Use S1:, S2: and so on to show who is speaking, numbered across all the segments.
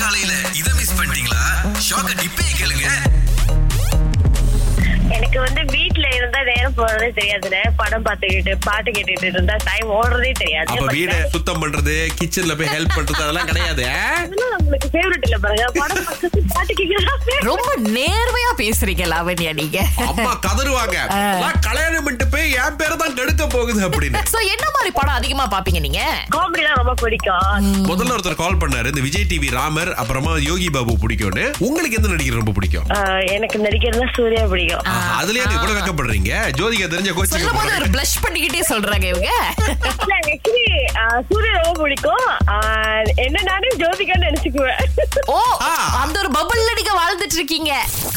S1: காலையில இத மிஸ் பண்ணிட்டீங்களா ஷாக்க டிப்பே கேளுங்க
S2: எனக்கு வந்து வீட்ல இருந்தா நேரம் போறதே தெரியாதுல படம் பார்த்துக்கிட்டு பாட்டு கேட்டுட்டு இருந்தா டைம் ஓடுறதே தெரியாது
S3: அப்ப
S2: But
S3: வீட சுத்தம் பண்றது கிச்சன்ல போய் ஹெல்ப் பண்றது அதெல்லாம் கிடையாது ஆ?
S2: அதெல்லாம் உங்களுக்கு ஃபேவரட் இல்ல பாருங்க படம் பார்த்துட்டு பாட்டு கேட்கலாம்
S4: ரொம்ப நேர்மையா பேசுறீங்க லாவண்யா நீங்க
S3: அம்மா கதறுவாங்க நான் கல்யாணம் பண்ணிட்டு போய் என் பேரை தான் கெடுக்க போகுது அப்படின்னு
S4: சோ என்ன மாதிரி படம் அதிகமா பாப்பீங்க நீங்க
S2: காமெடி தான் ரொம்ப பிடிக்கும்
S3: முதல்ல ஒருத்தர் கால் பண்ணாரு இந்த விஜய் டிவி ராமர் அப்புறமா யோகி பாபு பிடிக்கும்னு உங்களுக்கு எந்த நடிகர் ரொம்ப பிடிக்கும்
S2: ஆஹ் எனக்கு நடிக்கிறதுனா சூர்யா பிடிக்கும்
S3: ஆஹா, அதுலயே நீங்க இவ்வளவு வெக்கப்படுறீங்க ஜோதிகா தெரிஞ்ச கோச்சிக்க
S4: சொல்லும் போது ஒரு
S3: போறாங்க
S4: ப்ளஷ் பண்ணிக்கிட்டே சொல்றாங்க இவங்க
S2: இல்ல, actually, ஆஹ் சூர்யா ரொம்ப பிடிக்கும் ஆஹ் என்ன நானே ஜோதிகான்னு நினைச்சுக்குவேன்
S4: ஓ
S3: ஆ.
S4: அந்த ஒரு பபுள்ல நீங்க வாழ்ந்துட்டு இருக்கீங்க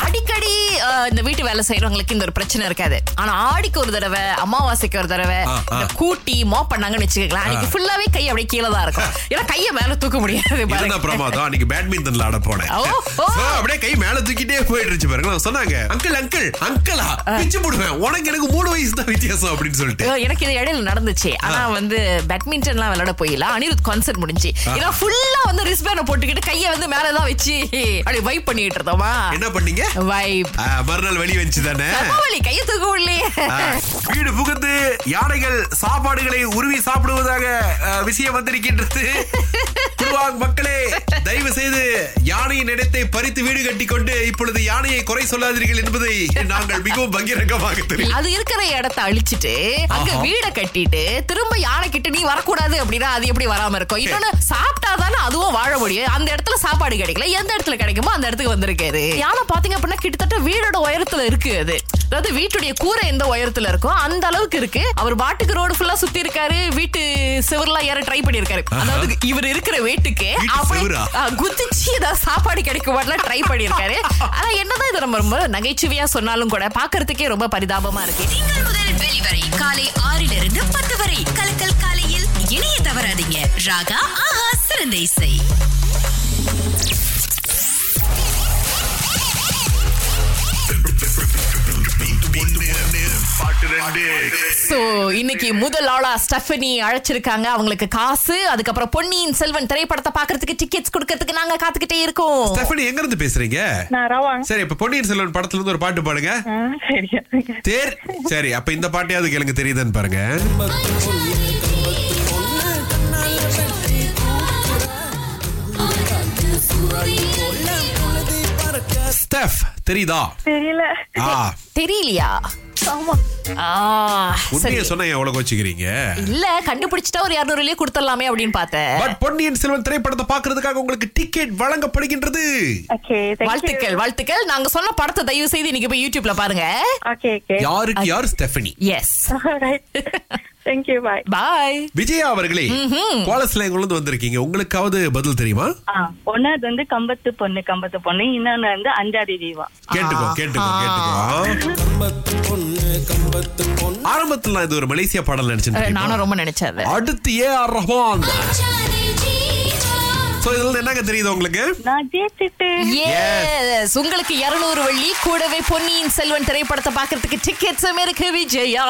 S4: அடிக்கடி அஹ், இந்த வீட்டு வேலை செய்யறவங்களுக்கு இந்த ஒரு பிரச்சனை இருக்காது ஆனா ஆடிக்கு ஒரு தடவை அமாவாசைக்கு ஒரு தடவை
S3: ஆ, ஆ.
S4: இந்த கூட்டி மோ பண்ணாங்கன்னு வச்சுக்கலாம் அன்னைக்கு ஃபுல்லாவே கை அப்படியே கீழே தான் இருக்கும் ஏன்னா கைய மேல தூக்க முடியாது பாருங்க.
S3: இதுதான் பிரமாதம் அன்னைக்கு பேட்மிண்டன்ல ஆட போனேன்
S4: ஓ, ஓ.
S3: So, அப்படியே கை மேல தூக்கிட்டே போயிட்டு பாருங்க சொன்னாங்க அங்கிள் அங்கிள் அங்கிளா பிச்சு போடுவேன் உனக்கு எனக்கு மூணு வயசு தான் வித்தியாசம் அப்படின்னு சொல்லிட்டு
S4: அஹ், எனக்கு இது இடையில நடந்துச்சு ஆனா வந்து பேட்மிண்டன்லாம் விளையாட போயில அனிருத் கான்சர்ட் முடிஞ்சு ஏன்னா ஃபுல்லா வந்து ரிஸ்பேனை போட்டுக்கிட்டு கைய வந்து மேல தான் வச்சு அப்படி வைப் பண்ணிட்டு இருந்தோமா
S3: என்ன பண்ணீங்க
S4: வைப்
S3: ஆ, மறுநாள் வெளியே வந்துச்சு தானே
S4: தப்பாவளி கைய தூக்க
S3: ஆ,
S4: உள்ளே
S3: வீடு புகுந்து யானைகள் சாப்பாடுகளை உருவி சாப்பிடுவதாக ஆ, விஷயம் வந்திருக்கின்றது குருவாங் மக்களே தயவு செய்து யானையின் இடத்தை பறித்து வீடு கட்டி கொண்டு இப்பொழுது யானையை குறை சொல்லாதீர்கள் என்பதை நாங்கள் மிகவும் பகிரங்கமாக தெரியும்
S4: அது இருக்கிற இடத்த அழிச்சிட்டு அங்க
S3: ஆஹா.
S4: வீட கட்டிட்டு திரும்ப யானை கிட்ட நீ வரக்கூடாது அப்படின்னா அது எப்படி வராம இருக்கும் இன்னொன்னு சாப்பிட்டாதானே அதுவும் வாழ முடியும் அந்த இடத்துல சாப்பாடு கிடைக்கல எந்த இடத்துல கிடைக்குமோ அந்த இடத்துக்கு வந்திருக்காரு யானை பாத்தீங்க அப்படின்னா கிட்டத்தட்ட வீடோட உயரத்துல இருக்கு அது அதாவது வீட்டுடைய கூரை எந்த உயரத்துல இருக்கோ அந்த அளவுக்கு இருக்கு அவர் பாட்டுக்கு ரோடு ஃபுல்லா சுத்தி இருக்காரு வீட்டு செவர்லாம் ஏற ட்ரை பண்ணிருக்காரு அதாவது இவர் இருக்கிற வீட்டுக்கு
S3: வீட்டு
S4: அப்படியே,
S3: சுவரா?
S4: ஆ, குதிச்சு ஏதாவது சாப்பாடு கிடைக்குமாட்டில் ட்ரை பண்ணியிருக்காரு ஆனா என்னதான் இது நம்ம ரொம்ப நகைச்சுவையா சொன்னாலும் கூட பாக்குறதுக்கே ரொம்ப பரிதாபமா இருக்கு
S5: திங்கள் முதல் வெளிவரை காலை ஆறிலிருந்து பத்து வரை கலக்கல் காலையில் இணைய தவறாதீங்க ராகா ஆஹா சிறந்த இசை
S4: சோ இன்னைக்கு முதல் ஆளா ஸ்டெஃபனி அழைச்சிருக்காங்க அவங்களுக்கு காசு அதுக்கப்புறம் பொன்னியின் செல்வன் திரைப்படத்தை பாக்குறதுக்கு டிக்கெட்ஸ் கொடுக்கறதுக்கு நாங்க காத்துக்கிட்டே இருக்கோம்
S3: ஸ்டெஃபனி எங்க இருந்து பேசுறீங்க
S2: நான் ரவாங்க
S3: சரி இப்ப பொன்னியின் செல்வன் படத்துல இருந்து ஒரு பாட்டு பாடுங்க
S2: சரியா
S3: தேர் சரி அப்ப இந்த பாட்டையாவது கேளுங்க தெரியுதுன்னு பாருங்க ஸ்டெஃப் தெரியுதா
S2: தெரியல
S3: ஆ
S4: தெரியலையா
S2: ஆமா
S4: ஆ, சரி
S3: உண்மையை சொன்னா எவ்வளவு கோச்சிக்கிறீங்க
S4: இல்ல கண்டுபிடிச்சிட்டா ஒரு இரநூறுலயே கொடுத்துடலாமே அப்படின்னு பார்த்தேன்
S3: பட் பொன்னியின் செல்வன் திரைப்படத்தை பாக்குறதுக்காக உங்களுக்கு டிக்கெட் வழங்கப்படுகின்றது
S2: ஓகே
S4: வாழ்த்துக்கள் வாழ்த்துக்கள் நாங்க சொன்ன படத்தை தயவு செய்து இன்னைக்கு போய் யூடியூப்ல பாருங்க
S2: ஓகே ஓகே
S3: யாருக்கு யார் Stephanie
S4: yes
S2: thank you bye
S4: bye
S3: Vijaya அவர்களே கோலஸ்ல இருந்து வந்திருக்கீங்க உங்களுக்காவது பதில் தெரியுமா
S6: ஆ, ஒன்னாவது வந்து கம்பத்து பொண்ணு கம்பத்து பொண்ணு இன்னொன்னு வந்து அஞ்சாதி தீபா
S3: கேட்டுக்கோ கேட்டுக்கோ கேட்டுக்கோ ஆரம்பத்துல நான் இது ஒரு மலேசியா பாடல் நினைச்சேன்
S4: நானும்
S3: தெரியுமா?
S4: ரொம்ப நினைச்சேன் அதை.
S3: அடுத்து ஏ ஆர் ரஹ்மான் சோ இதுல என்னங்க தெரியுது உங்களுக்கு
S6: நான் ஜெயிச்சிட்டு
S4: Yes. உங்களுக்கு 200 வெள்ளி கூடவே பொன்னியின் செல்வன் திரைப்படத்தை பாக்குறதுக்கு டிக்கெட்ஸும் இருக்கு விஜயா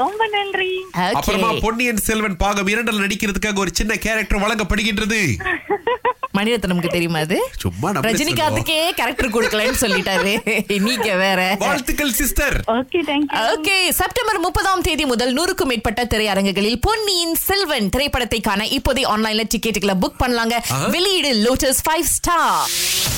S6: ரொம்ப நன்றி
S4: Okay.
S3: அப்புறமா பொன்னியின் செல்வன் பாகம் இரண்டல் நடிக்கிறதுக்காக ஒரு சின்ன கேரக்டர் வழங்கப்படுகின்றது
S4: மணிரத்னம்க்கு தெரியுமா அது
S3: சும்மா நம்மளே
S4: ரஜினிகாந்துக்கே கேரக்டர் கொடுக்கலன்னு சொல்லிட்டாரு நீங்க வேற
S3: வாழ்த்துக்கள் sister
S6: okay thank you
S4: okay September முப்பதாம் தேதி முதல் நூறுக்கும் மேற்பட்ட திரையரங்குகளில் பொன்னியின் செல்வன் திரைப்படத்தை காண இப்போதே ஆன்லைன்ல டிக்கெட்டுகளை புக் பண்ணலாங்க வெளியீடு லோட்டஸ் ஃபைவ் ஸ்டார்